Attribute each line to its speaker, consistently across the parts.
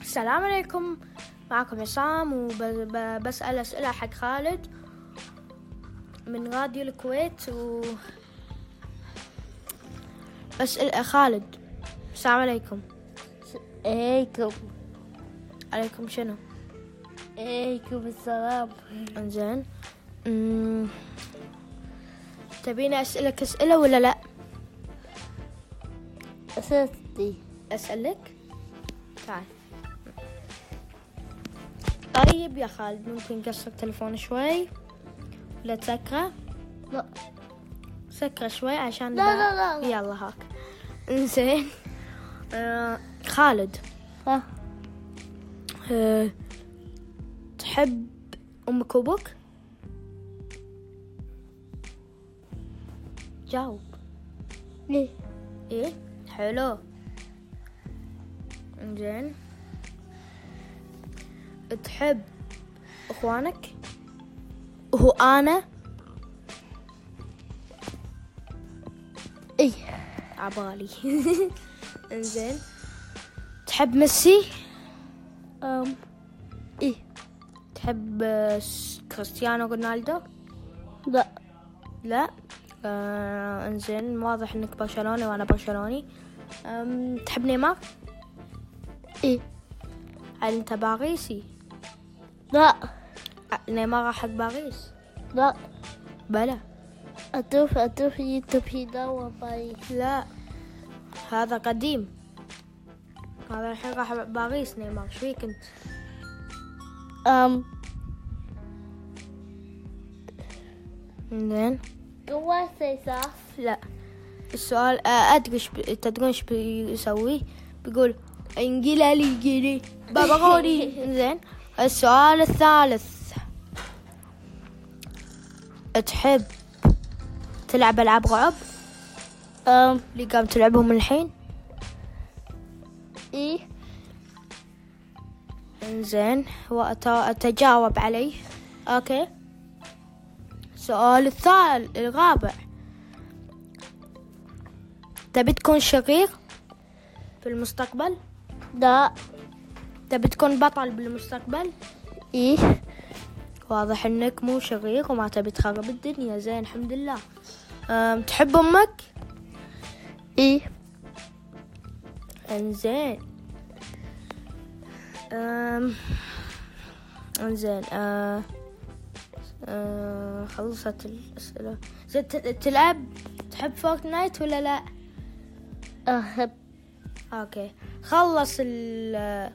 Speaker 1: السلام عليكم معكم عصام وبسأل أسئلة حق خالد من راديو الكويت و بسأل خالد السلام عليكم
Speaker 2: عليكم
Speaker 1: عليكم شنو
Speaker 2: عليكم السلام
Speaker 1: انزين أمم، تبيني أسألك أسئلة ولا لا
Speaker 2: أساتذتي
Speaker 1: أسألك تعال طيب يا خالد ممكن قصر التلفون شوي ولا تسكره
Speaker 2: لا
Speaker 1: سكره شوي عشان
Speaker 2: لا- لا- لا- لا.
Speaker 1: يلا هاك انزين آه خالد
Speaker 2: ها
Speaker 1: آه تحب امك وابوك جاوب
Speaker 2: ليه
Speaker 1: ايه حلو انزين تحب اخوانك هو انا
Speaker 2: إيه
Speaker 1: عبالي انزين تحب ميسي
Speaker 2: أم إيه
Speaker 1: تحب آه، س- كريستيانو رونالدو
Speaker 2: لا
Speaker 1: لا آه انزين واضح انك برشلوني وانا برشلوني أم، تحب نيمار
Speaker 2: إيه
Speaker 1: هل انت باريسي
Speaker 2: لا
Speaker 1: أ- نيمار راح حق باريس
Speaker 2: لا
Speaker 1: بلى
Speaker 2: أتوف أتوف يتوب هنا وباي
Speaker 1: لا هذا قديم هذا الحين راح باريس نيمار ايش فيك انت
Speaker 2: أم
Speaker 1: زين
Speaker 2: قوة سيسا
Speaker 1: لا السؤال آه، ادري ايش بي- تدرون ايش بيسوي بيقول انجيلا لي جيلي بابا غوري زين السؤال الثالث تحب تلعب العاب رعب
Speaker 2: أم
Speaker 1: اللي قام تلعبهم الحين
Speaker 2: إيه
Speaker 1: انزين واتجاوب عليه اوكي السؤال الثالث الرابع تبي تكون شرير في المستقبل
Speaker 2: لا
Speaker 1: تبي تكون بطل بالمستقبل
Speaker 2: إيه
Speaker 1: واضح انك مو شرير وما تبي تخرب الدنيا زين الحمد لله أم تحب امك
Speaker 2: إيه
Speaker 1: انزين أم انزين أه أه خلصت الأسئلة زين ت- تلعب تحب فورتنايت ولا لا؟
Speaker 2: أحب
Speaker 1: اوكي خلص ال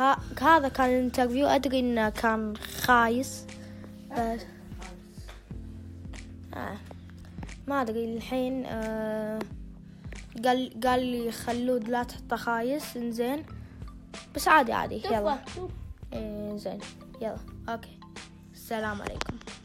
Speaker 1: ها هذا كان الانترفيو ادري انه كان خايس بس آه. ما ادري الحين آه. قال قال لي خلود لا تحطه خايس انزين بس عادي عادي يلا
Speaker 2: شوف
Speaker 1: إيه، زين يلا اوكي السلام عليكم